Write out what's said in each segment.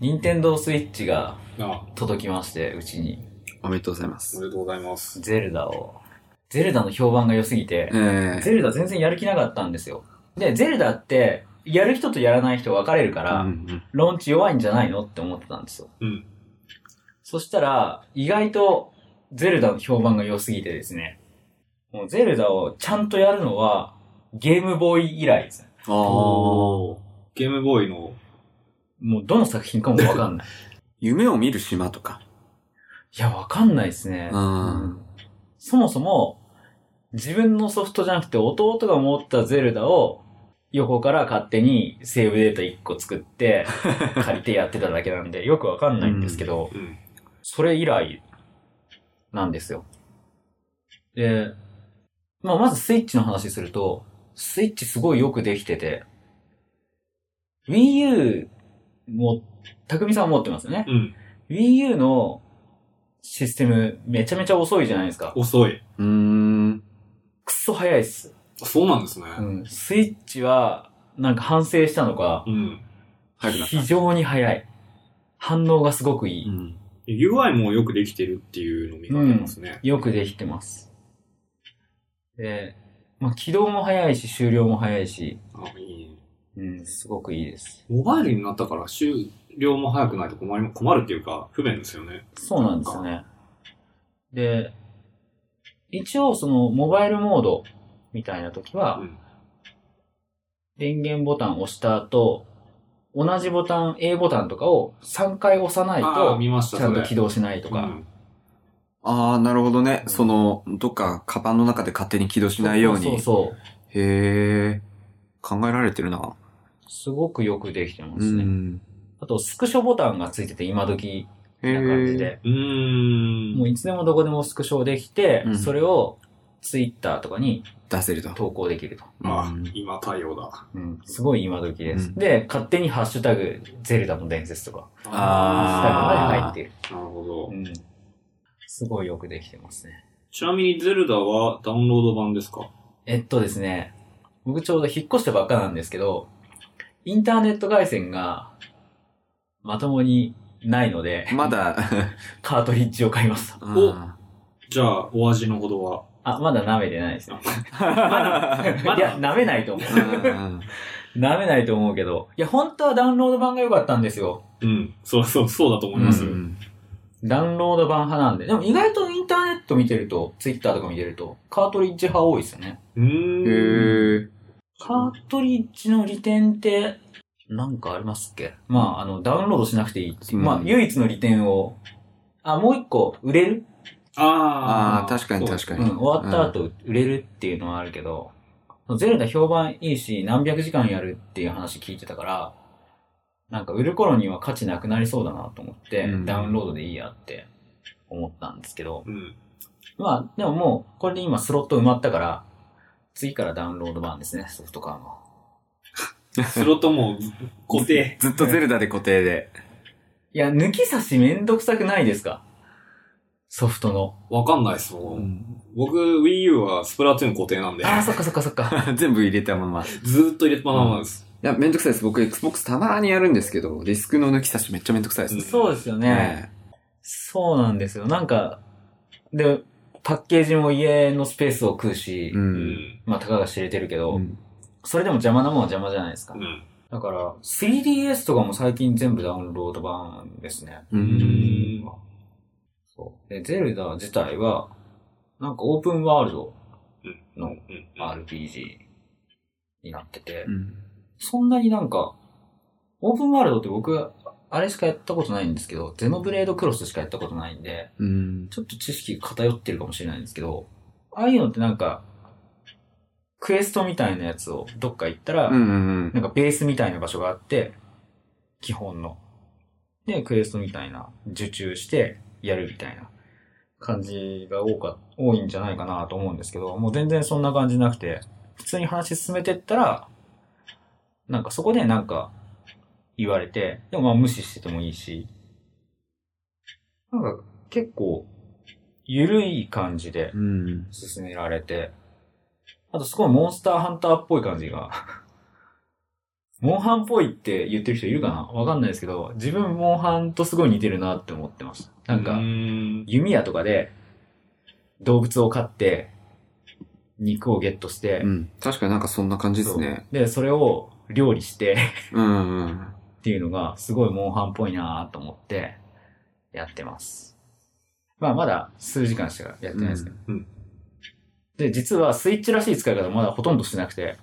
任天堂スイッチがあ、届きまして、うちに。おめでとうございまおす。めでとうございます。ゼルダを。ゼルダの評判が良すぎて、ええゼルダ全然やる気なかったんですよ。で、ゼルダって、やる人とやらない人分かれるから、うんうんローンチ弱いんじゃないのって思ってたんですよ。うん。そしたら、意外とゼルダの評判が良すぎてですね。もうゼルダをちゃんとやるのは、ゲームボーイ以来ですね。ああ。おー。ゲームボーイの、もうどの作品かもわかんない。夢を見る島とか。いや、わかんないですね。うんうんそもそも、自分のソフトじゃなくて弟が持ったゼルダを横から勝手にセーブデータ1個作って、借りてやってただけなんで、よくわかんないんですけど、うん。それ以来なんですよ。で、まあ、まずスイッチの話すると、スイッチすごいよくできてて、Wii U も、匠さん持ってますよね。うん。 Wii U のシステムめちゃめちゃ遅いじゃないですか。遅い。うーん。くっそ早いっす。そうなんですね。うん。スイッチは、なんか反省したのか、うん。早くなった。非常に早い。反応がすごくいい。うん。 UI もよくできてるっていうのを見かけますね。よくできてます。で、まあ、起動も早いし、終了も早いし、あ、いいね。うん、すごくいいです。モバイルになったから終了も早くないと困り、困るっていうか、不便ですよね。そうなんですよね。で、一応その、モバイルモードみたいな時は、うん電源ボタンを押した後、同じボタン、A ボタンとかを3回押さないああ、と見、ました、ちゃそんとれ。起動しないとうか。んああ、なるほどね。うんその、どっか、カバンの中で勝手に起動しないように。そうそうそう。へえ。考えられてるな。すごくよくできてまうすね。ん。あと、スクショボタンがついてて今時へな感じで。え。うーん。もういつでもどこでもスクショできて、うんそれをツイッターとかに出せると。投稿できると。まあう、ん今対応だ。すごい今時です。うんで、勝手にハッシュタグ、ゼルダの伝説とか、あーハッシュタグまで入ってる。なるほど。うん。すごいよくできてますね。ちなみに、ゼルダはダウンロード版ですかえっとですね、僕ちょうど引っ越したばっかなんですけど、インターネット回線がまともにないので、 まだ、カートリッジを買いました。おうんじゃあ、お味のほどは。あ、まだ舐めてないですね。まだいや、舐めないと思う。うん舐めないと思うけど。いや、本当はダウンロード版が良かったんですよ。うん。そうそう、そうだと思います。うんダウンロード版派なんで。でも意外とインターネット見てると、ツイッターとか見てると、カートリッジ派多いですよね。うーん。へえ。カートリッジの利点って、なんかありますっけまあ、あの、ダウンロードしなくていいっていう。うんまあ、唯一の利点を、あ、もう一個、売れる、あーああ、確かに確かうに。ん、終わった後、売れるっていうのはあるけど、ゼルダ評判いいし、何百時間やるっていう話聞いてたから、なんか売る頃には価値なくなりそうだなと思って、うんダウンロードでいいやって思ったんですけど、うん。まあ、でももう、これで今スロット埋まったから、次からダウンロード版ですね、ソフトカーの。スロットも固定。ずっとゼルダで固定で。いや、抜き差しめんどくさくないですかソフトの。わかんないっす もん。僕、Wii U はスプラトゥーン固定なんで、ああ、そっかそっかそっか。 全部入れたまま。いずーっと入れっぱなまなんです。や、めんどくさいです。僕、Xbox たまーにやるんですけど、ディスクの抜き差しめっちゃめんどくさいですね。そうですよね。えそうなんですよ。なんか、で、パッケージも家のスペースを食うしえう、。うんん。まあ、たかが知れてるけど、うんそれでも邪魔なもんは邪魔じゃないですかう。ん。だから、3DS とかも最近全部ダウンロード版ですね。う。うんん。そう。で、ゼルダ自体は、なんかオープンワールドのうん。 RPG になってて、うんそんなになんか、オープンワールドって僕、あれしかやったことないんですけど、ゼノブレードクロスしかやったことないんで、うん。ちょっと知識偏ってるかもしれないんですけど、ああいうのってなんか、クエストみたいなやつをどっか行ったら、うんうんなんかベースみたいな場所があって、基本の。で、クエストみたいな、受注してやるみたいな感じが多か、多いんじゃないかなと思うんですけど、もう全然そんな感じなくて、普通に話進めてったら、なんかそこでなんか言われて、でもまあ無視しててもいいし、なんか結構、ゆるい感じでうん。進められて、あとすごいモンスターハンターっぽい感じが モンハンっぽいって言ってる人いるかなわかんないですけど、自分モンハンとすごい似てるなって思ってました。なんか、うん。弓矢とかで動物を飼って肉をゲットして、うん。確かになんかそんな感じですね。で、それを料理してうんうん。っていうのがすごいモンハンっぽいなと思ってやってます。まあまだ数時間しかやってないですけど。うんうんで、実はスイッチらしい使い方まだほとんどしてなくて、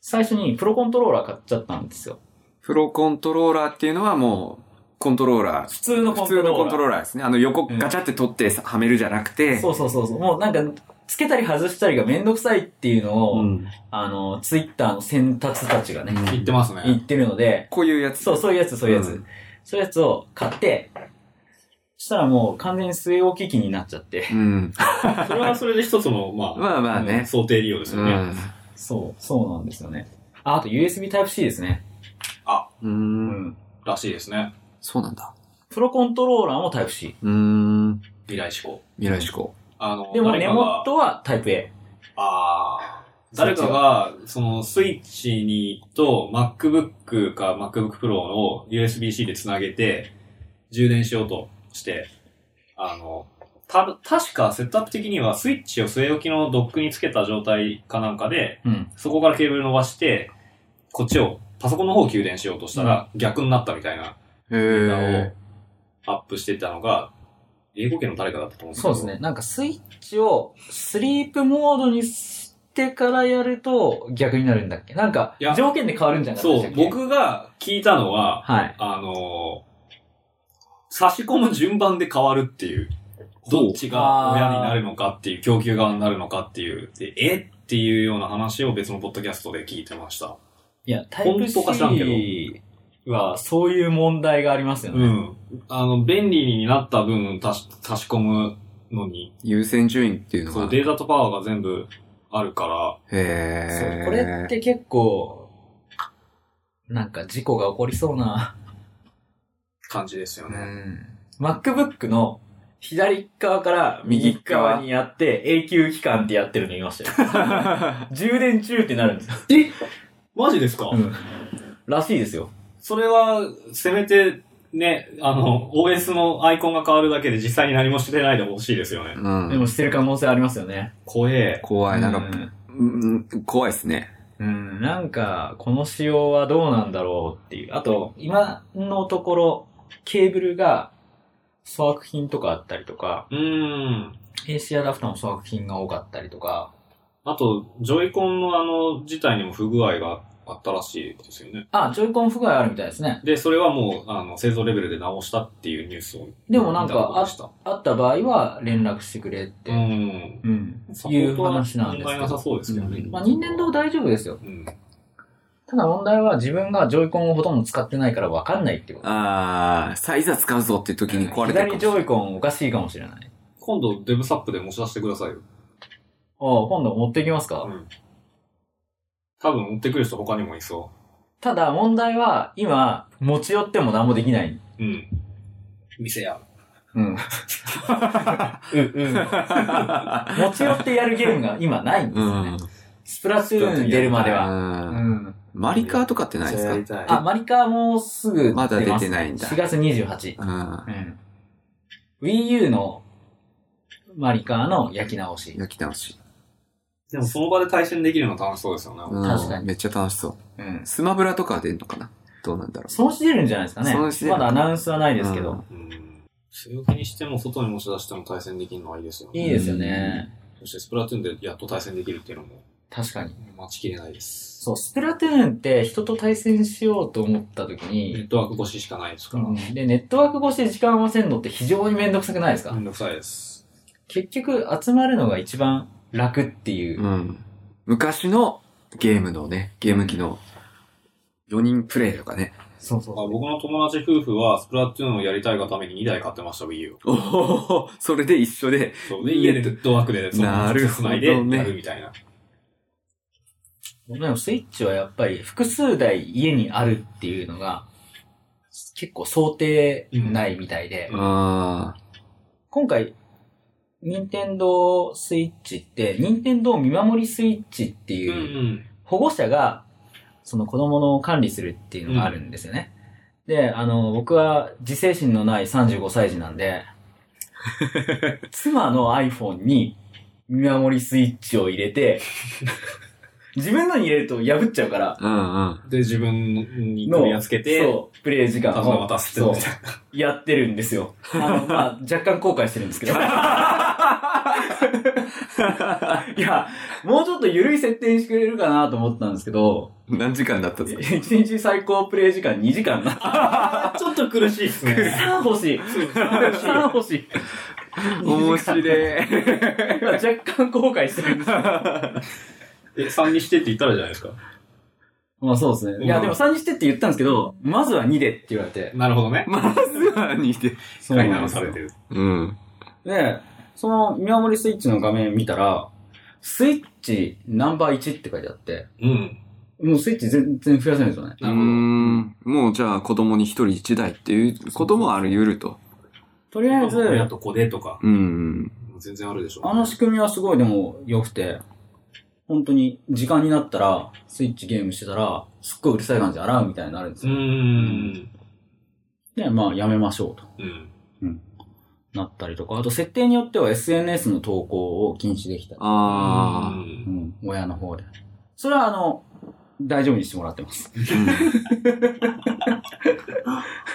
最初にプロコントローラー買っちゃったんですよ。プロコントローラーっていうのはもう、コントローラー。普通のコン普トロー通ラー。のコントローラーですね。あの横うんガチャって取ってさはめるじゃなくて、そうそうそうそう。もうなんか、つけたり外したりがめんどくさいっていうのを、うんあの、ツイッターの選達たちがね、うん言ってます言っね。てるので、こういうやつ。そう、そういうやつ、そういうやつ。うんそういうやつを買って、そしたらもう完全に据え置き機になっちゃって。うん。それはそれで一つの、 まあ、まあまあねうん想定利用ですよね。そう、そうなんですよね。あ、あと USB Type-C ですね。うん。うん。ん。らしいですね。そうなんだ。プロコントローラーも Type-C。うん。未来志向。未来志向。あの、でも誰根かが元は Type-A。ああ。誰かが、その、スイッチにと、MacBook か MacBook Pro を USB-C でつなげて、充電しようとして、あの、た、確かセットアップ的にはスイッチを据え置きのドックにつけた状態かなんかで、うん。そこからケーブル伸ばして、こっちを、パソコンの方を給電しようとしたら、逆になったみたいなへ映画をえ。アップしてたのが、英語圏の誰かだったと思うんですけそうど。ですね。なんかスイッチをスリープモードにしてからやると逆になるんだっけなんかいや条件で変わるんじゃないでそしたう、っけ。僕が聞いたのは、はい。あのー差し込む順番で変わるっていう。どっちが親になるのかっていう、供給側になるのかっていう、でえっていうような話を別のポッドキャストで聞いてました。いや、本当か知らんけど Type-C はそういう問題がありますよね。うん。あの、便利になった分、足し、足し込むのに、優先順位っていうのそがう、。データとパワーが全部あるから、へそうえ。これっ。て結構、なんか事故が起こりそうな。感じですようね。ん。 MacBook の左側から右側にやって、永久期間ってやってるの見ましたよ。 充電中ってなるんですよ。マジですか、らしいですよ。それは、せめて、ね、あの、OS のアイコンが変わるだけで実際に何もしてないでほしいですよね。うでん。もしてる可能性ありますよね。怖え。怖い。なんか、うん、怖いですね。うん、なんか、この仕様はどうなんだろうっていう。あと、今のところ、ケーブルが粗悪品とかあったりとか、うーん。 AC アダプターも粗悪品が多かったりとか、あと、ジョイコンのあの、自体にも不具合があったらしいですよね。あ、ジョイコン不具合あるみたいですね。で、それはもう、あの、製造レベルで直したっていうニュースを。でもなんか見ことでした。あった場合は連絡してくれっうて、ん。うん、サポいーうトは話なんですけ問題なさど。そうですけどね。うんまあ、任天堂大丈夫ですよ。うん。ただ問題は自分がジョイコンをほとんど使ってないから分かんないってこと。あー、さあ、いざ使うぞっていう時に壊れて左るかもしジれない。ョイコンおかしいかもしれない。今度、デブサップで持ち出してくださいよ。おう今度持ってきますか、うん。多分、持ってくる人他にもいそただ問題は今、持ち寄っても何もできない。う。うん。店や。 うん。うん、うん。持ち寄ってやるゲームが今ないんですよね。スプラトゥーン出るまでは。ううん。ん。マリカーとかってないですそかれやりたいあ、マリカーもうすぐ出ま、ますだ出てないんだ4月28。うん。うん。Wii U のマリカーの焼き直し。焼き直し。でも、その場で対戦できるの楽しそうですよね。うん確かにめっちゃ楽しそう。うん。スマブラとかは出んのかなどうなんだろそのうち出るんじゃないですかね。そのうち出るまだアナウンスはなう。いですけど。うん。うん。強気にしても、外に持ち出しても対戦できるのはいいですよね。いいですよね。そして、スプラトゥーンでやっと対戦できるっていうのも、確かに。待ちきれないです。そう、スプラトゥーンって人と対戦しようと思った時ネッに、トワーク越ししかないですから。で、ネットワーク越しで時間を合わせるのって非常にめんどくさくないですか、めんどくさいです。結局、集まるのが一番楽っていう。うん。昔のゲームのね、ゲーム機の4人プレイとかね。そうそうそう。僕の友達夫婦は、スプラトゥーンをやりたいがために2台買ってました、Wii U を。おおそれで一緒で。そうで、家でネットワークで、そなるほどね繋いでやるみたいな。でもスイッチはやっぱり複数台家にあるっていうのが、結構想定内みたいで、あ今回、任天堂スイッチって、任天堂見守りスイッチってうんいうう、ん。保護者がその子供の管理するっていうのがあるんですよね。で、あの、僕は自制心のない35歳児なん で、妻の iPhone に見守りスイッチを入れて、自分のに入れると破っちゃうから、うんうん。で、自分に首をつけて、そう、プレイ時間たまを渡すってそみうたいな。やってるんですよ。あの、まあ、若干後悔してるん ですけど。いや、もうちょっと緩い設定にしてくれるかなと思ったんですけど、何時間だったんですか1日最高プレイ時間2時間な。 ちょっと苦しいっすね。 3欲しい。3欲しい。面白い。今若干後悔してるんですよ。 え、3にしてって言ったらじゃないですか。まあそうですね。いや、でも3にしてって言ったんですけど、まずは2でって言われて。なるほどね。まずは似てる。そ使い直されてる。る。うん。で、その見守りスイッチの画面見たら、スイッチナンバー1って書いてあって、うん。もうスイッチ全然増やせないですよね。うなるほど。ん。もうじゃあ子供に一人一台っていうこともあり得ると。とりあえ親ず、と子でとか、うん。全然あるでしょ。あの仕組みはすごいでも良くて、本当に時間になったら、スイッチゲームしてたら、すっごいうるさい感じで洗うみたいになるんですうーよ。ん。で、まあやめましょうとうん。なったりとか、あと設定によっては SNS の投稿を禁止できたり、ああ。うん、親の方で。それはあの、大丈夫にしてもらってます。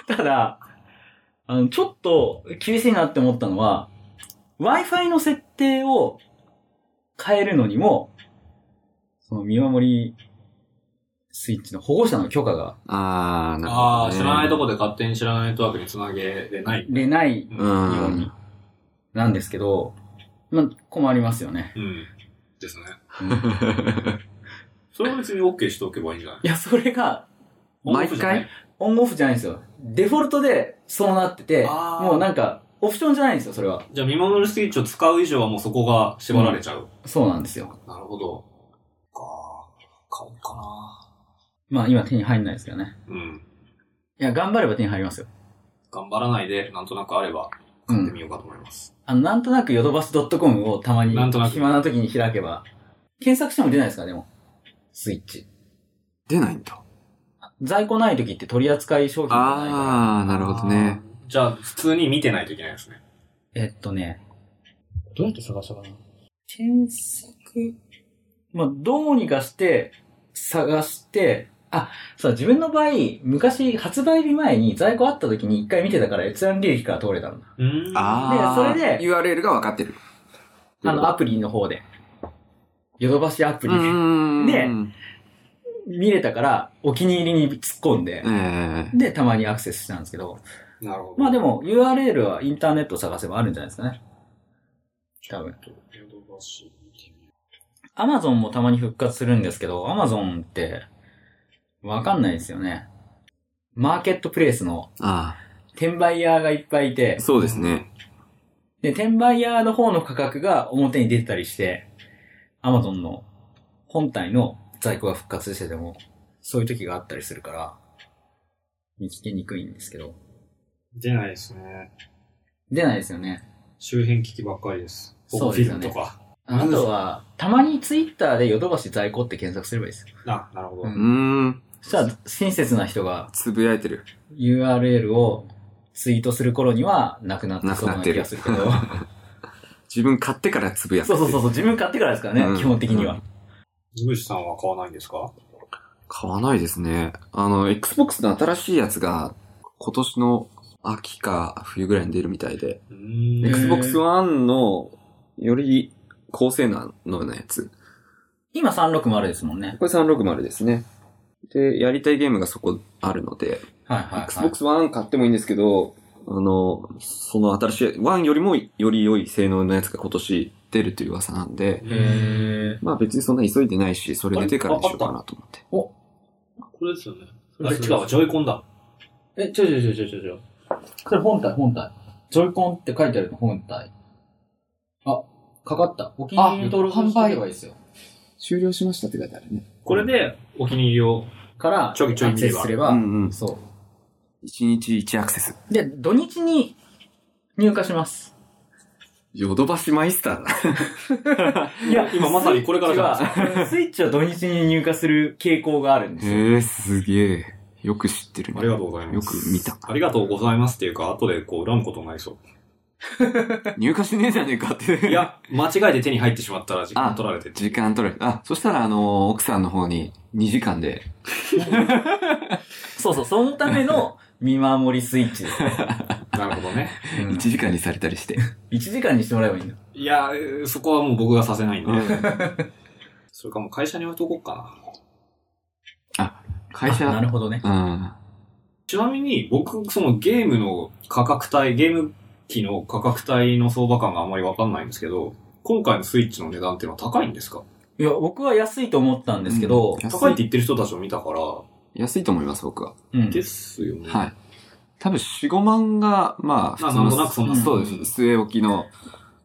ただ、あの、ちょっと厳しいなって思ったのは、Wi-Fi の設定を変えるのにも、その見守りスイッチの保護者の許可がああ、なるほど、ああ、知らないとこで勝手に知らないネットワークにつなげれない。出ないよう。うん。うんに、なんですけど、まあ、困りますよね。うん。ですね。うんそれは別に OK しておけばいいんじゃないいや、それが、毎回オンオフじゃないんですよ。デフォルトでそうなってて、あーもうなんか、オプションじゃないんですよ、それは。じゃあ、見守るスイッチを使う以上はもうそこが縛られちゃう。そうなんですよ。なるほど。か買おうかな。まあ、今手に入んないですけどね。うん。いや、頑張れば手に入りますよ。頑張らないで、なんとなくあれば、うやってん。みようかと思います。あの、なんとなくヨドバシドットコムをたまに、なんとなく暇な時に開けば、検索しても出ないですか、でも。スイッチ。出ないんだ。在庫ない時って取り扱い商品がないから。ああ、なるほどね。あー。じゃあ、普通に見てないといけないですね。えっとね。どうやって探したかな検索。まあ、どうにかして、探して、あ、そう、自分の場合、昔、発売日前に在庫あった時に一回見てたから閲覧履歴から通れたんだ。うーん。ああ。でそれで URL が分かってる。あの、アプリの方で。ヨドバシアプリで。うん。で見れたから、お気に入りに突っ込んでええ、で、たまにアクセスしたんですけど、なるほど。まあでも URL はインターネット探せばあるんじゃないですかね。多分。ヨドバシ見てみよ Amazon もたまに復活するんですけど、Amazon って、わかんないですよね。マーケットプレイスのあ転売ヤーがいっぱいいてあ。、そうですね。で、転売ヤーの方の価格が表に出てたりして、Amazon の本体の在庫が復活してても、そういう時があったりするから、見つけにくいんですけど、う出ないですね。出ないですよね。周辺機器ばっかりです。そうですよねフォークフィルムとか。あとは、たまにツイッターでヨドバシ在庫って検索すればいいですよ。あ、なるほど。うんうーん。そしたら、親切な人がつぶやいてる。 URL をツイートする頃にはなくなってそうな気がするけど。なく自分買ってからつぶや く。そうそうそうそう、自分買ってからですからね、うん基本的には。ズムシさんは買わないんですか買わないですね。あの、Xbox の新しいやつが、今年の秋か冬ぐらいに出るみたいで、うーえん。 Xbox One の、より高性能のやつ。今360ですもんね。これ360ですね。で、やりたいゲームがそこあるので、はいはい、はい。 Xbox One 買ってもいいんですけど、あの、その新しい、One よりもより良い性能のやつが今年出るという噂なんで、へまあ別にそんな急いでないし、それ出てからにしようかなと思って。これですよね。れあれ違うわ、ジョイコンだ。え、ちょちょちょちょちょちょ。それ本体本体。ジョイコンって書いてあるの本体。あ、かかった。お気に入りに登録してればいいですよ。終了しましたって書いてあるね。これで、お気に入りを。から、ちょいちょいアク見セれスばすれうば、んうん。そ1日1アクセス。う。で、土日に入荷します。ヨドバシマイスターだ。い や今まさにこれからじゃないスイッチ は、スイッチは土日に入荷する傾向があるんですよ。へえ、すげえ。よく知ってるね。ありがとうございます。よく見たありがとうございますっていうか、後でこう、恨むことになりそ入荷しねえじゃねえかって。う。いや、間違えて手に入ってしまったら時間取られてて。時間取られた。あ、そしたら、あの奥さんの方に2時間で。そうそう、そのための 見守りスイッチです、ね。なるほどね。うん1時間にされたりして。一時間にしてもらえばいいんだ。いや、えーそこはもう僕がさせないんで。それかもう会社に置いとこうかな。会社。あなるほどね。うん。ちなみに、僕、そのゲームの価格帯、ゲーム機の価格帯の相場感があんまりわかんないんですけど、今回のスイッチの値段っていうのは高いんですかいや、僕は安いと思ったんですけど、安い高いって言ってる人たちを見たから、安いと思います、僕は。うんですよね。はい。多分4、5万が、まあ、まあなんとなくそんなそうです。据え置きの、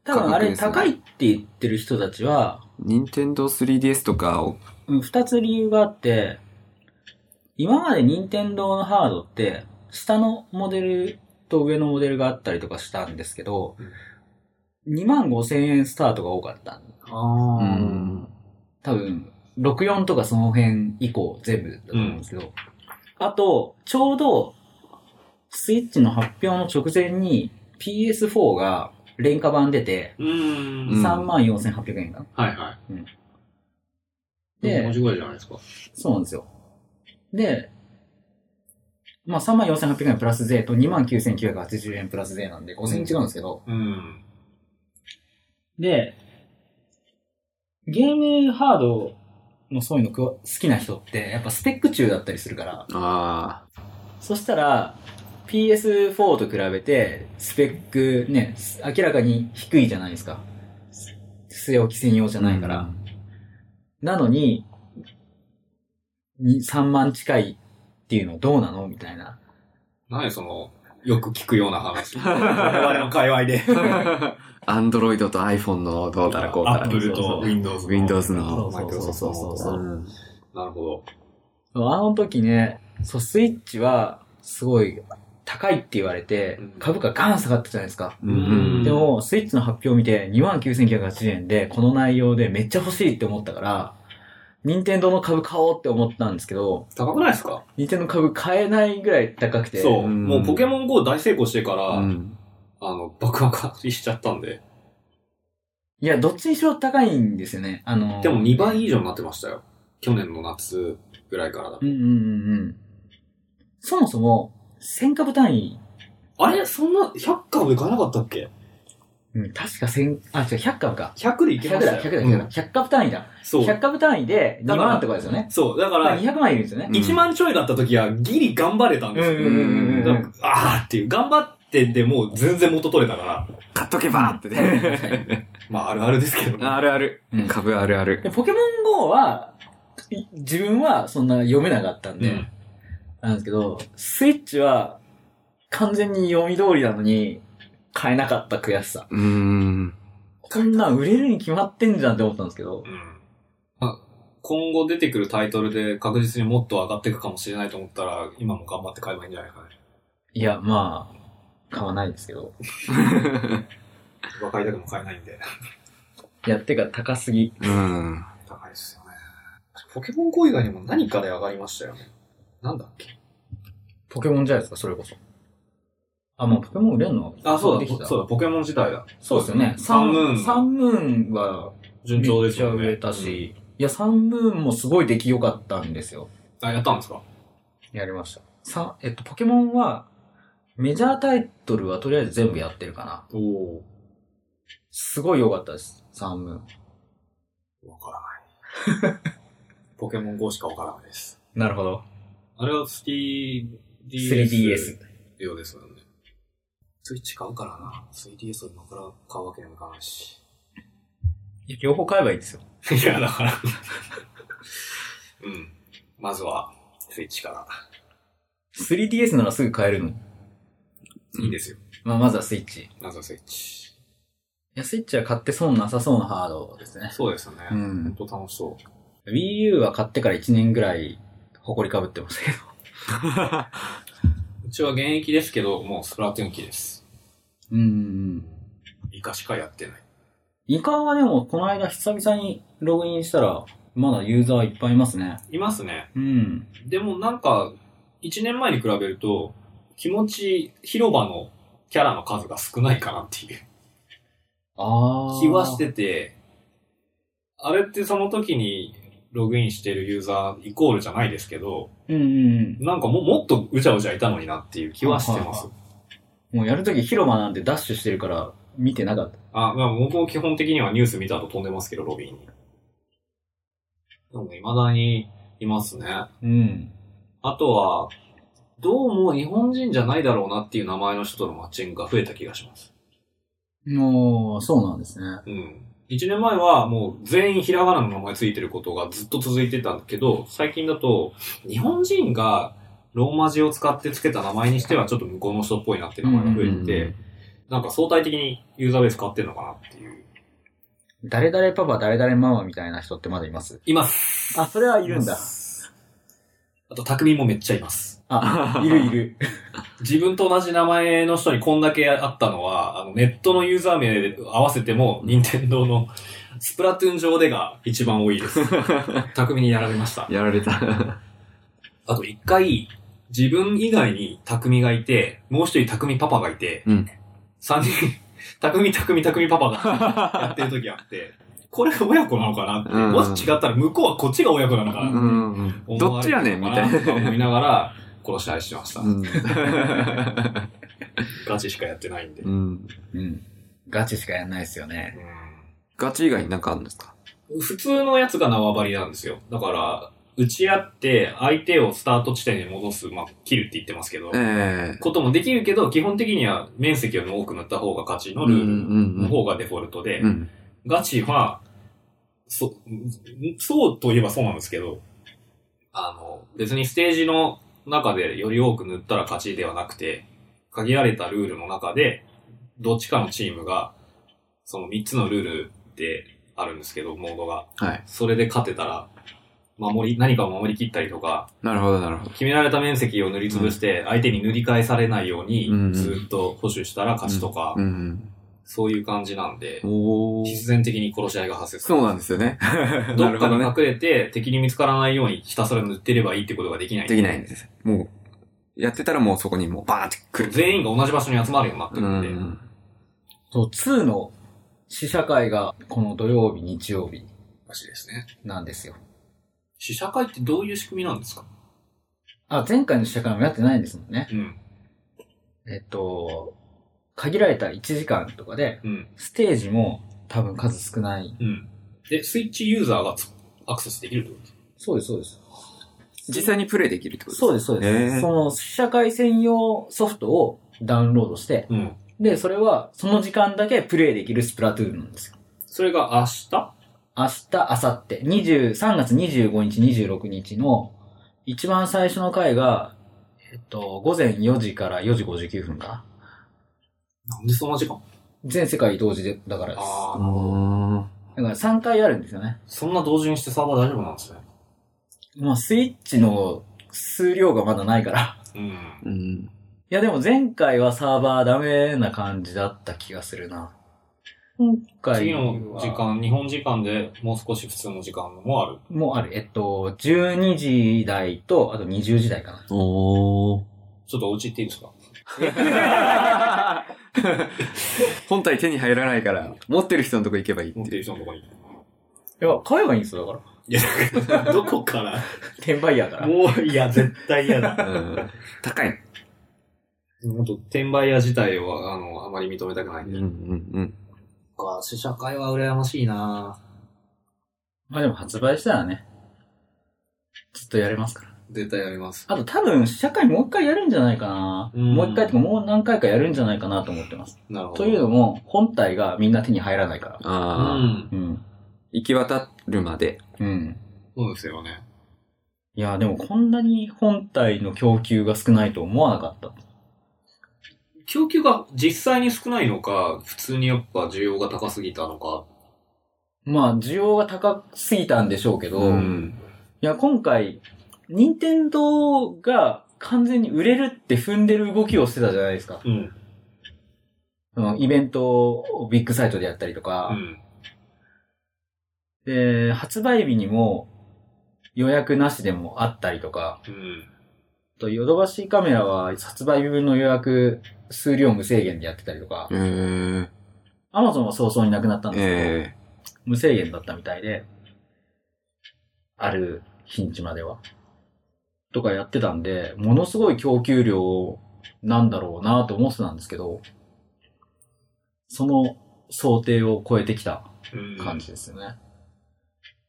多分あ価格れ、ですね高いって言ってる人たちは、任天堂 3DS とかを、うん二つ理由があって、今まで任天堂のハードって、下のモデルと上のモデルがあったりとかしたんですけど、2万5千円スタートが多かった。あーうん。多分、64とかその辺以降全部だと思うんですけど、あと、ちょうど、スイッチの発表の直前に PS4 が廉価版出て、うーうんん。 34,800円かな、はいはい。で同じぐらいじゃないですか。そうなんですよ。で、まあ34,800円プラス税と29,980円プラス税なんで5,000円違うんですけど、うん。で、ゲームハードのそういうのくわ好きな人ってやっぱスペック中だったりするから、あそしたら PS4 と比べてスペックね、す明らかに低いじゃないですか。す据え置き専用じあ。ゃないから。。なのに、に3万近いっていうのどうなのみたいな。何その、よく聞くような 話。我々の界隈で。アンドロイドと iPhone のどうたら こうたら。アップルと Windows の Windows の。そうそうそうそうそううんなるほど。あの時ね、そう、スイッチはすごい高いって言われてうん、株価ガーン下がったじゃないですか。ううんんでも、スイッチの発表を見て29,980円で、この内容でめっちゃ欲しいって思ったから、任天堂の株買おうって思ったんですけど、高くないですか任天堂の株買えないぐらい高くて。そうう。んもうポケモン GO 大成功してから、うん。あの、爆破りしちゃったんで。いや、どっちにしろ高いんですよね。あのーでも2倍以上になってましたよ。去年の夏ぐらいからだうんうんうんうん。そもそも、1000株単位、あれそんな100株いかなかったっけうん、確か1000、あ、違う、100株か。 ?100 でいけ100ましただ、100だ、よ。う100だ。ん100株単位だ。そう100。株単位で2だから万とかですよね。そう。だかだからら、200万いるんですよね。 1万ちょいだった時はギリ頑張れたんですよ。うんうんだからあーっていう。頑張ってでもう全然元取れたから。買っとけばっ てね。まああるあるですけど。 あるあるうん。株あるあるで。ポケモン GO は、い自分はそんな読めなかったんで、うんなんですけど、スイッチは完全に読み通りなのに、買えなかった悔しさ。うん。こんなん売れるに決まってんじゃんって思ったんですけどう、んまあ今後出てくるタイトルで確実にもっと上がっていくかもしれないと思ったら、今も頑張って買えばいいんじゃないかね。いや、まあ、買わないですけど。若いだけも買えないんで。いや、てか高すぎ。うん。高いですよね。ポケモン GO 以外にも何かで上がりましたよね。なんだっけポケモンじゃないですか、それこそ。あ、もうポケモン売れんのあ、そうできただ、そうだ、ポケモン時代だ。そうですよね。サンムーンサンムーンは、順調ですよね。めっちゃ売れたし、いや、サンムーンもすごい出来良かったんですよ。うん。あ、やったんですかやりました。さ、えっと、ポケモンは、メジャータイトルはとりあえず全部やってるかな。おお。すごい良かったです、サンムーン。わからない。 ポケモン GO しかわからないです。なるほど。あれは 3DS。 3DS。ようですよね。スイッチ買うからな。3DS を今から買うわけにもいかないし。いや両方買えばいいんですよ。いや、だから。うん。まずは、スイッチか 3DS ならすぐ買えるの。ら。いいですよ。まあ、まずはスイッチ。いまずはスイッチ。や、スイッチは買って損なさそうなハードですね。そうですよね。うん。本当楽しそう。 Wii U は買ってから1年ぐらい、埃かぶってましたけど。うちは現役ですけど、もうスプラトゥーン機です。うん。いイカしかやってない。イカはでも、この間久々にログインしたら、まだユーザーいっぱいいますね。いますね。うん。でもなんか、1年前に比べると、気持ち広場のキャラの数が少ないかなっていうあー気はし。てて、あれってその時にログインしてるユーザーイコールじゃないですけど、うんうんなんかももっとうちゃうちゃいたのになっていう気はしてます。うん。もうやるとき広場なんてダッシュしてるから、見てなかった。あ、まあ僕も基本的にはニュース見た後飛んでますけど、ロビーに。でも未だにいますね。うん。あとは、どうも日本人じゃないだろうなっていう名前の人とのマッチングが増えた気がします。もう、そうなんですね。うん。一年前はもう全員ひらがなの名前ついてることがずっと続いてたんだけど、最近だと日本人がローマ字を使ってつけた名前にしてはちょっと向こうの人っぽいなっていう名前が増えてて、なんか相対的にユーザーベース変わってんのかなっていう。誰々パパ、誰々ママみたいな人ってまだいますいます。あ、それはいるんだ。あと、匠もめっちゃいます。あ、いるいる。自分と同じ名前の人にこんだけあったのは、あのネットのユーザー名で合わせても、任天堂のスプラトゥーン上でが一番多い です。匠にやられました。やられた。あと一回、自分以外に匠がいて、もう一人匠パパがいて、うん三人、匠匠匠パパがやってる時あって、これが親子なのかなって、うんもし違ったら向こうはこっちが親子なのかなってうんうん。どっちやねんみたいな。思いながら、殺し合いしてましたな。。うんガチしかやってないんで。ううん。うん。ガチしかやんないですよね。んガチ以外になんかあるんですか 普通のやつが縄張りなんですよ。だから、打ち合って、相手をスタート地点に戻す、まあ、切るって言ってますけど、ええ。こともできるけど、基本的には面積よりも多く塗った方が勝ちのルールのの方がデフォルトで、うん。ガチは、そ、そうといえばそうなんですけど、あの、別にステージの中でより多く塗ったら勝ちではなくて、限られたルールの中で、どっちかのチームが、その3つのルールってあるんですけど、モードが。はい。それで勝てたら、守り、何かを守り切ったりとか、なるほど、なるほど。決められた面積を塗りつぶして、相手に塗り返されないようにうんう、んずっと保守したら勝ちとかう、んそういう感じなんでうん。、おー必。然的に殺し合いが発生するそう。なんですよね。どなっるかほどにね隠。れて敵に見つからないようにひたすら塗ってればいいってことができない。できないんです。もう、やってたらもうそこにもうバーンって来る。全員が同じ場所に集まるようになってうるんんで。うん。そう、2の試写会が、この土曜日、日曜日らしいですね。なんですよ。試写会ってどういう仕組みなんですかあ、前回の試写会もやってないんですもんね。うん。えっと、限られた1時間とかで、うん。ステージも多分数少ない。うん。で、スイッチユーザーがつアクセスできるってことですかそうです、そうです。実際にプレイできるってことそうでです、そうへです。ーその試写会専用ソフトをダウンロードして、うん。で、それはその時間だけプレイできるスプラトゥーンなんですよ。それが明日明日、明後日、20 3月25日、26日の一番最初の回が、えっと、午前4時から4時59分かな。なんでそんな時間全世界同時で、だからです。ああ、すね。うんだから3回あるんですよね。そんな同時にしてサーバー大丈夫なんですね。まあ、スイッチの数量がまだないから。うん。うん。いや、でも前回はサーバーダメな感じだった気がするな。今回次はの時間、日本時間でもう少し普通の時間もある。もうある。えっと、12時台と、あと20時台かな。おー。ちょっとお家行っていいですか本体手に入らないから、持ってる人のとこ行けばいい持っってているう。人のとこに。いや、買えばいいんですよ、だかいや、どこからら。転売屋から。 もう、いや、絶対嫌だ。うん高い。本当転売屋自体は、あの、あまり認めたくないうんんで。うそっんうん。か、試写会は羨ましいなまあでも発売したらね、ずっとやれますから。絶対やります。あと多分、試写会もう一回やるんじゃないかな。うんもう一回とかもう何回かやるんじゃないかなと思ってます。なるほど。というのも、本体がみんな手に入らないから。うああ、ん。うん。行き渡るまで。うん。そうですよね。いや、でもこんなに本体の供給が少ないと思わなかった。供給が実際に少ないのか、普通にやっぱ需要が高すぎたのか。まあ、需要が高すぎたんでしょうけど、ういん。や、今回、任天堂が完全に売れるって踏んでる動きをしてたじゃないですか。うん。そのイベントをビッグサイトでやったりとか、うん。で、発売日にも予約なしでもあったりとか、うん。あとヨドバシカメラは発売日分の予約数量無制限でやってたりとかえ、ー、アマゾンは早々になくなったんですけど、え無制限だったみたいで、ある日にちまでは。とかやってたんで、ものすごい供給量なんだろうなと思ってたんですけど、その想定を超えてきたうん。感じですよね。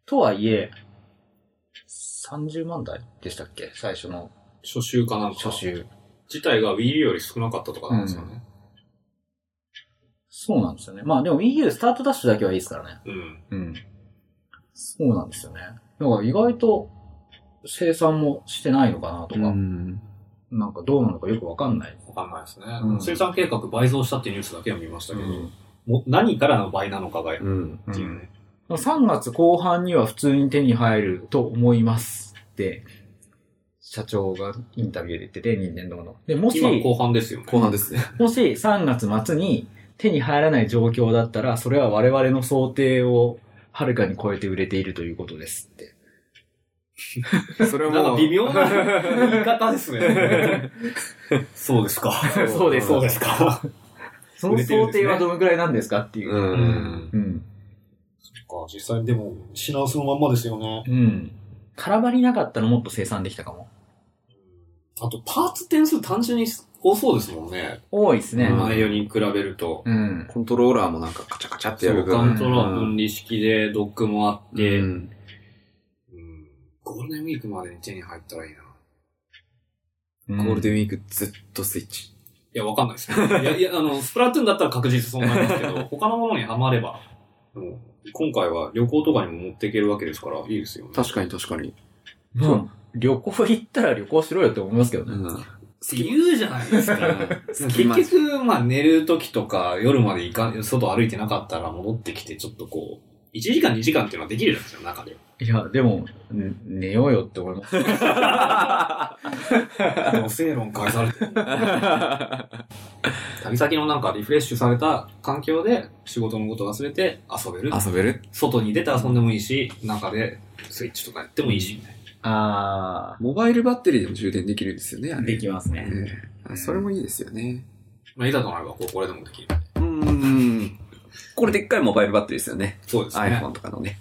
とはいえ、30万台でしたっけ最初の初週かなんか。初。週。自体が Wii U より少なかったとかなんですよね。そうなんですよね。まあでも Wii U スタートダッシュだけはいいですからね。うん。うん。そうなんですよね。だから意外と生産もしてないのかなとー、か、ん。なんかどうなのかよくわかんない。わかんないですね。うん生産計画倍増したっていうニュースだけは見ましたけど、うんもう何からの倍なのかが、っうん。ていうね。 3月後半には普通に手に入ると思いますって、社長がインタビューで言ってて、任天堂の。で、もし、今後半ですよね。後半ですね。もし3月末に手に入らない状況だったら、それは我々の想定をはるかに超えて売れているということですって。それなんか微妙な言い方ですね。 そうですか。そうですそうですか。その想定はどのくらいなんですかっていうう。ん。うん。実際でも、品薄のまんまですよね。うん。空張りなかったらもっと生産できたかも。あと、パーツ点数単純に多そうですもんね。多いですね。うん前よりに比べると。うん。コントローラーもなんかカチャカチャってやそるう、ぐらカいントローラー分離式で、ドックもあって、うんうんゴールデンウィークまでに手に入ったらいいな。いゴゴールン。デンウィークずっとスイッチ。や、わかんないですけど。いや、いや、あの、スプラトゥーンだったら確実そうなんですけ ど、他のものにハマれば、もう今回は旅行とかにも持っていけるわけですから、いいですよね。確かに確かに。まあ旅行行ったら旅行しろよって思いますけどうね。ん。って言うじゃないですか。結局、まあ寝る時とか夜まで行か、外歩いてなかったら戻ってきて、ちょっとこう、1時間2時間っていうのはできるじゃないですか、中で。いや、でも、ね寝ようよって思います。でも正論返されてる。旅先のなんかリフレッシュされた環境で仕事のこと忘れて遊べる。遊べる外に出て遊んでもいいし、中でスイッチとかやってもいいし、みたいな。あモバイルバッテリーでも充電できるんですよね、あー、れ。できますね。ねあそれもいいですよね。まあ、いざとなればこうこれでもできる。うん。これでっかいモバイルバッテリーですよね。そうですね。 iPhone とかのね。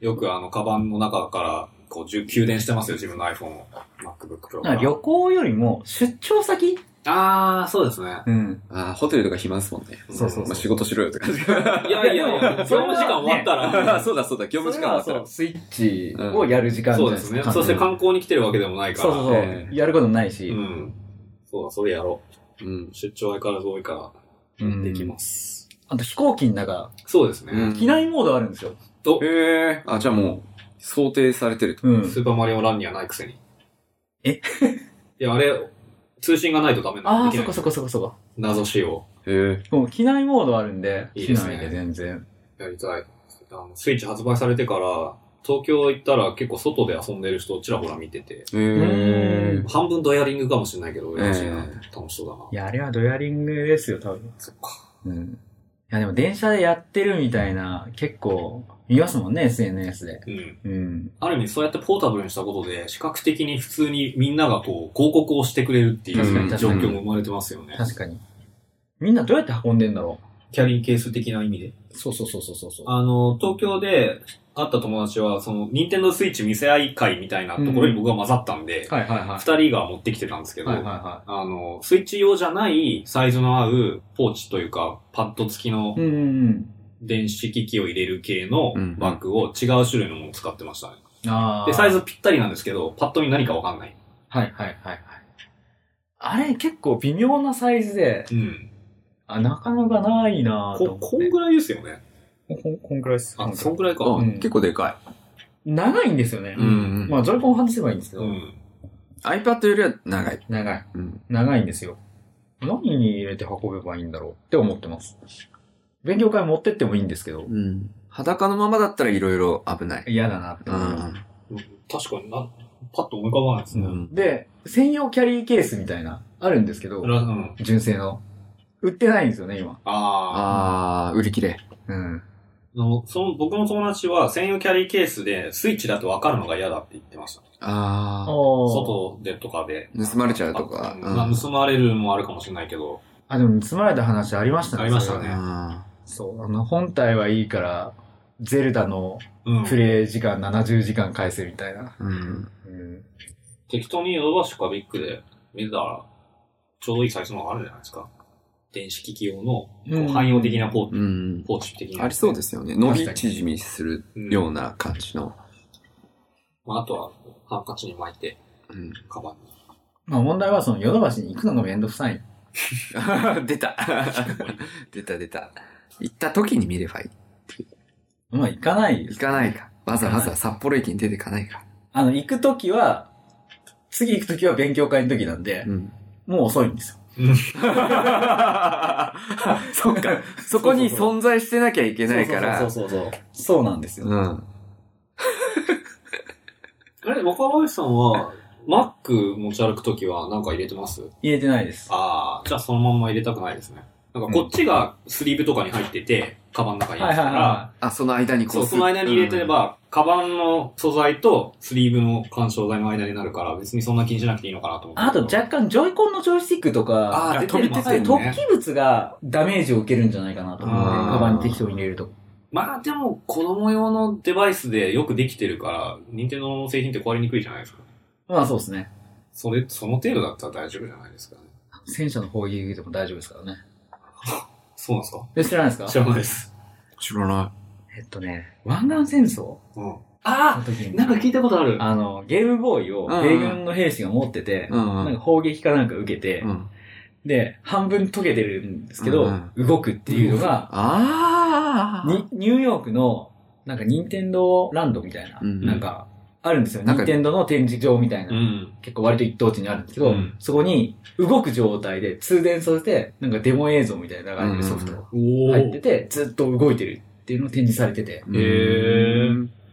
よくあの、カバンの中から、こう、充給電してますよ、自分の iPhone を。MacBook Pro なんがか旅行よりも出張先あー、そうですね。うん。あーホテルとか暇ですもんね。そうそうまあ、仕事しろよって感 じ。いやいやいや、業務時間終わったら、そうだそうだ、業務時間終わったら。スイッチをやる時間じゃそなういですね。かそして観光に来てるわけでもないから。そうそうそうえ。やることないし。うん。そうだ、それやろうんう。。出張相変わらず多いから、うんできます。あと飛行機の中、そうですね。うん機内モードあるんですよ。と、へえ。あ、じゃあもう、想定されてると。うん。スーパーマリオランにはないくせに。え いや、あれ、通信がないとダメなあんあ、でそでっかきない。そっかそっかそっか。謎仕様。へえ。もう機内モードあるんで、いい機ですね内で全然。。やりたい。あの、スイッチ発売されてから、東京行ったら結構外で遊んでる人ちらほら見てて、へえ。半分ドヤリングかもしれないけど、羨ましいなえ楽しそうだないや、あれはドヤリングですよ、多分。そっか。うん。いや、でも電車でやってるみたいな、結構、見ますもんね、SNS で。うん。うん。ある意味そうやってポータブルにしたことで、視覚的に普通にみんながこう、広告をしてくれるって確かいにう確状かに況も生まれてますよね。確かに。みんなどうやって運んでんだろキャリーケース的な意味で。う。そうそうそうそうそうそう。あの、東京で会った友達は、その、ニンテンドースイッチ見せ合い会みたいなところに僕が混ざったんで、はいはいはい。二、人が持ってきてたんですけど、はいはいはあの、スイッチ用じゃないサイズの合うポーチというか、パッド付きのい。うんうん電子機器を入れる系のうんバッグを違う種類のものを使ってましたね。うん。ああ。で、サイズぴったりなんですけど、パッと見何かわかんない。はいはいはいはい。あれ結構微妙なサイズで、うん。あ、なかなかないなぁとこ、思こっんて。ぐらいですよね。こん、こんくらいですあ、そんくらいか。あうん結構でか長いんですよねい。。んまあ、ジョイコン外せばいいんですけうど、ん。 iPad よりは長い。長い。うん。長いんですよ。何に入れて運べばいいんだろうって思ってます。勉強会持ってってもいいんですけど、うん。裸のままだったらいろいろ危ない。嫌だなってう思います。ん。確かにな、パッと思い浮かばないですね。ん。で、専用キャリーケースみたいな、あるんですけどう、ん。純正の。売ってないんですよね、今。ああ。あー、売り切れ。うん。のその僕の友達は専用キャリーケースでスイッチだと分かるのが嫌だって言ってました。あ外。外でとかで。盗まれちゃうとかあうんうんまあ、盗まれるのもあるかもしれないけど。あ、でも盗まれた話ありましたね。ありましたねそれー。はあそう。あの、本体はいいから、ゼルダのうん。プレイ時間70時間返せみたいな。ーうん。うん。適当にヨドバシかビッグで見たら、ちょうどいいサイズのがあるんじゃないですか。電子機器用の、こううん汎用的なポーチ、うん。ポーチ的な。ありそうですよね。伸び縮みするうんような感じの。まあ、あとは、ハンカチに巻いて、うん。カバンに。まあ問題はそのヨドバシに行くのがめんどくさい。 出た。出た出た。行った時に見ればいい。まあ行かないです行かないか。わざわざ札幌駅に出てかないか。あの、行くときは、次行くときは勉強会のときなんでう、ん。もう遅いんですよ。 そっか。そこに存在してなきゃいけないから。そうそうそうそう。そうなんですよ。うん。あれ、若林さんは、マック持ち歩くときは何か入れてます入れてないです。はああ、じゃあそのまんま入れたくないですね。なんかこっちがスリーブとかに入ってて、カバンの中にい入っはいてたら、はあ、その間にこ。そううその間に入れてれば、カバンの素材とスリーブの干渉材の間になるから、別にそんな気にしなくていいのかなと思い。って。あと若干ジョイコンのジョイスティックとあか、ーあ、出てます飛ねび出て突起物がダメージを受けるんじゃないかなと思って、あーカバンに適当に入れると。まあでも、子供用のデバイスでよくできてるから、任天堂の製品って壊れにくいじゃないですか。まあそうですね。それ、その程度だったら大丈夫じゃないですかね。戦車の砲撃でも大丈夫ですからね。そうなんですかえ知らないですか知らないです。知らなえっとね、湾岸戦争うん。あのあ時に、なんか聞いたことある。あの、ゲームボーイを米軍の兵士が持っててい。、うんなんかうん。砲撃かなんか受けて、うん、で、半分溶けてるんですけど、うん動くっていうのが、ああ。にニューヨークの、なんか、ニンテンドーランドみたいな、うんなんか、あるんですよ。ニなんかンテンドーの展示場みたいな。うん。結構割と一等地にあるんですけど、うんそこに動く状態で通電させて、なんかデモ映像みたいなのが流れてるソフトがお入ってー。て、ずっと動いてるっていうのを展示されてて。うんへー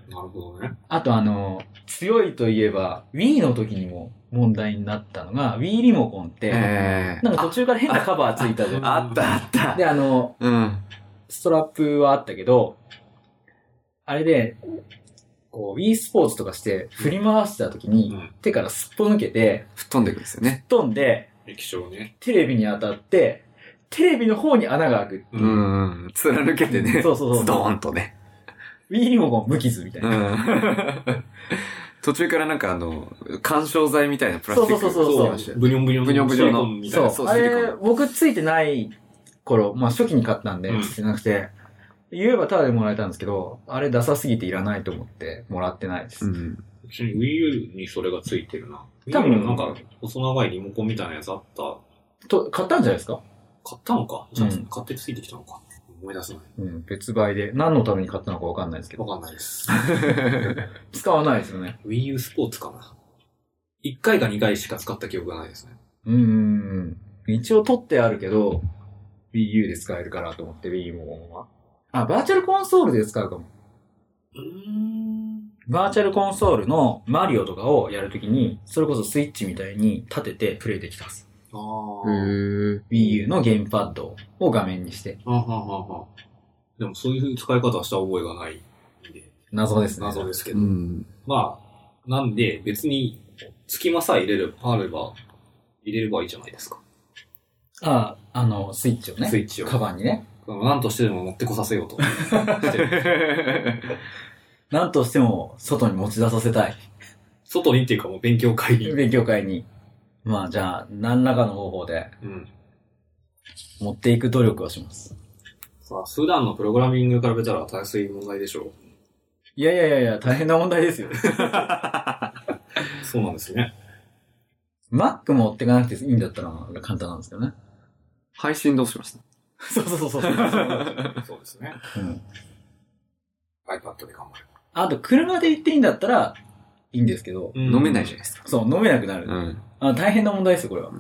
なるほどね。あとあの、強いといえば、Wii の時にも問題になったのが、Wii リモコンって、ええなんか途中から変なカバーついたじゃん。あったあった。で、あの、うん。ストラップはあったけど、あれで、こう、e スポーツとかして振り回した時に、うん手からすっぽ抜けて、吹っ飛んでいくんですよね。飛んで、液晶ね。テレビに当たって、テレビの方に穴が開く。う。ん。貫けてね。そうそうそうズドーンとね。ウィーリモコン無傷みたいうな。ん。途中からなんかあの、干渉剤みたいなプラスチックそうそうそうそうつけましたよねブニョンブニョン。ブニョンブニョンのシリコンみたいそな。う。そうあシリれコ、僕ついてない頃、まあ初期に買ったんでうん、ついてなくて、言えばタダでもらえたんですけど、あれダサすぎていらないと思って、もらってないです。うん。うちに Wii U にそれがついてるな。多多分分なんか、細長いリモコンみたいなやつあった。と、買ったんじゃないですか買ったのかじゃあ、うん買ってついてきたのか思い出せない。うん、別売で。何のために買ったのかわかんないですけど。わかんないです。使わないですよね。 Wii U スポーツかな。1回か2回しか使った記憶がないですね。うんうんうん。一応取ってあるけど、Wii U で使えるかなと思って Wii も。あ、バーチャルコンソールで使うかも。うーん。バーチャルコンソールのマリオとかをやるときに、それこそスイッチみたいに立ててプレイできたはず。あへーー Wii U のゲームパッドを画面にして。あ。はははは。でもそういう使い方はした覚えがないんで、謎ですね。謎ですけうど。ん。まあ、なんで別に隙間さえ入れれば、あれば、入れればいいじゃないですか。あ、あの、スイッチをね。スイッチを。カバンにね。なんとしてでも持ってこさせようと。してるなんとしても外に持ち出させたい。外にっていうかもう勉強会に。勉強会に。まあじゃあ、何らかの方法でうん。持っていく努力をします。さあ、普段のプログラミングに比べたら大水問題でしょいやいやいやいや、大変な問題ですよ。う。そうなんですね。 Mac 持ってかなくていいんだったら簡単なんですけどね。配信どうします そうそうそうそう。そうですね。うん、 iPad で頑張る。あと、車で行っていいんだったらいいんですけど、飲めないじゃないですか。そう、飲めなくなる。うん。あ大変な問題ですよ、これは。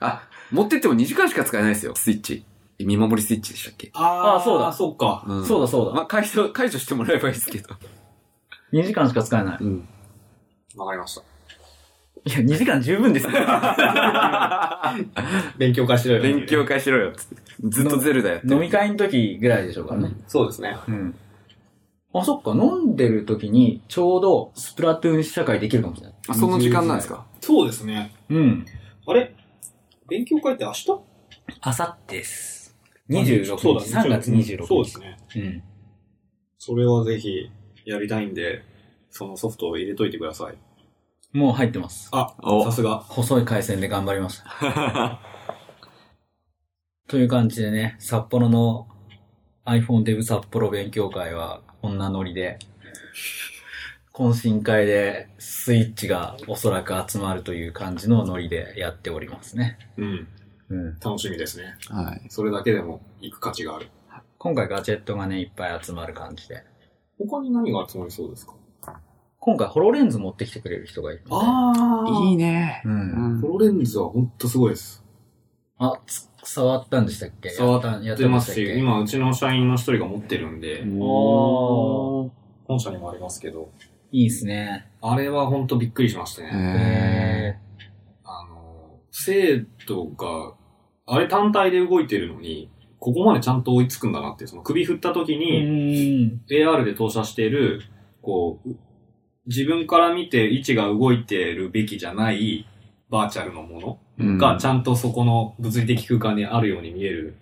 あ、持ってっても2時間しか使えないですよ。スイッチ。見守りスイッチでしたっけああそうだそうか。うんそうだそうまだ。あ、解除、解除してもらえばいいですけど。 2時間しか使えない。うん。わかりました。いや、2時間十分ですよ。勉強会しろよ。勉強。会しろよっつって。ずっとゼルダやってる 飲み会の時ぐらいでしょうからね。そうですね。うん。あ、そっか、飲んでる時に、ちょうど、スプラトゥーン試写会できるかもしれない。あ、その時間なんですかそうですね。うん。あれ勉強会って明日あさってです。26日。そうだ3ね月26日。そうですね。うん。それはぜひ、やりたいんで、そのソフトを入れといてください。もう入ってます。あ、おさすが。細い回線で頑張りました。という感じでね、札幌の iPhone デブ札幌勉強会は、こんなノリで、懇親会でスイッチがおそらく集まるという感じのノリでやっておりますね。うん。うん。楽しみですね。はい。それだけでも行く価値がある。今回ガジェットがね、いっぱい集まる感じで。他に何が集まりそうですか今回ホロレンズ持ってきてくれる人がいるので。あいいね。うん。ホロレンズはほんとすごいです。あ、つ触ったんでしたっけ触やたんやっっててまましたすっし、け今うちの社員の一人が持ってるんで、おー本社にもありますけど、いいっすね。あれはほんとびっくりしましたね。へあの、精度が、あれ単体で動いてるのに、ここまでちゃんと追いつくんだなっていう、その首振った時うに、ーん。 AR で投射している、こう、自分から見て位置が動いてるべきじゃないバーチャルのもうのんが、ちゃんとそこの物理的空間にあるように見える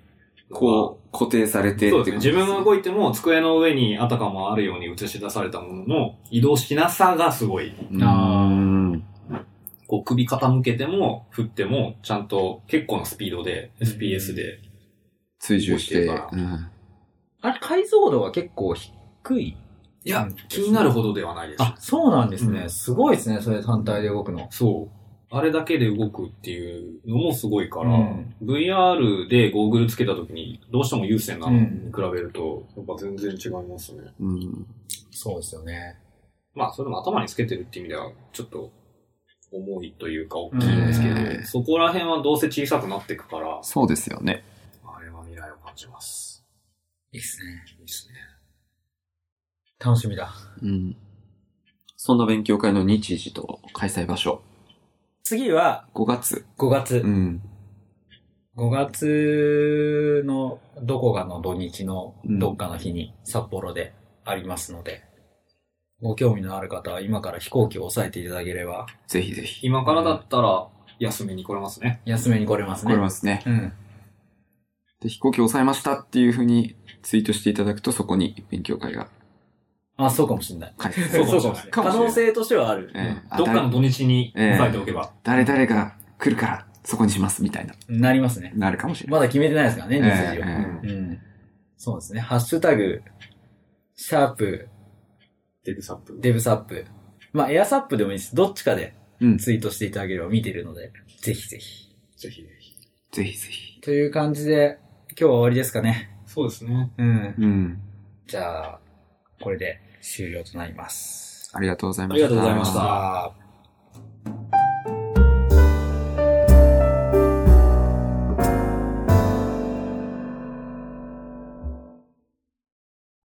のが。こう、固定されてそうっでてすね。感じ自分が動いても机の上にあたかもあるように映し出されたものの移動しなさがすごい。うーん。こう首傾けても振ってもちゃんと結構なスピードで SPS で。追従して。動いてうんあれ、解像度は結構低いいや、気になるほどではないです。あ、そうなんですね。うんすごいですね、それ単体で動くの。そう。あれだけで動くっていうのもすごいから、うん VR でゴーグルつけた時にどうしても有線なのうにん比べると、やっぱ全然違いますね。うん。そうですよね。まあ、それも頭につけてるって意味では、ちょっと重いというか大きいんですけど、うんそこら辺はどうせ小さくなっていくから、そうですよね。あれは未来を感じます。いいっすね。いいですね。楽しみだ。うん。そんな勉強会の日時と開催場所。次は5月。 5月う。ん。 5月のどこかの土日のどっかの日に札幌でありますので、ご興味のある方は今から飛行機を押さえていただければ、ぜひぜひ。今からだったら、休みに来れますね。安めに来れます来ね。れますね。うん。で、飛行機抑えましたっていうふうにツイートしていただくと、そこに勉強会があ、そうかもしれない。開催そうかもしれない可能性としてはある。ええあどっかの土日にええ抑えておけば。誰々が来るから、そこにしますみたいな、なりますね。なるかもしれない。まだ決めてないですからね、日時を。えうんうん。そうですね。ハッシュタグ、シャープ、デブサップ。デブサップ。まあ、エアサップでもいいです。どっちかでうんツイートしていただければ見てるので、ぜひぜひ。ぜひぜひ。ぜひぜひ。という感じで、今日は終わりですかね。そうですね。うん。うん。じゃあ、これで終了となります。ありがとうございまあしりた。がとうございました。あー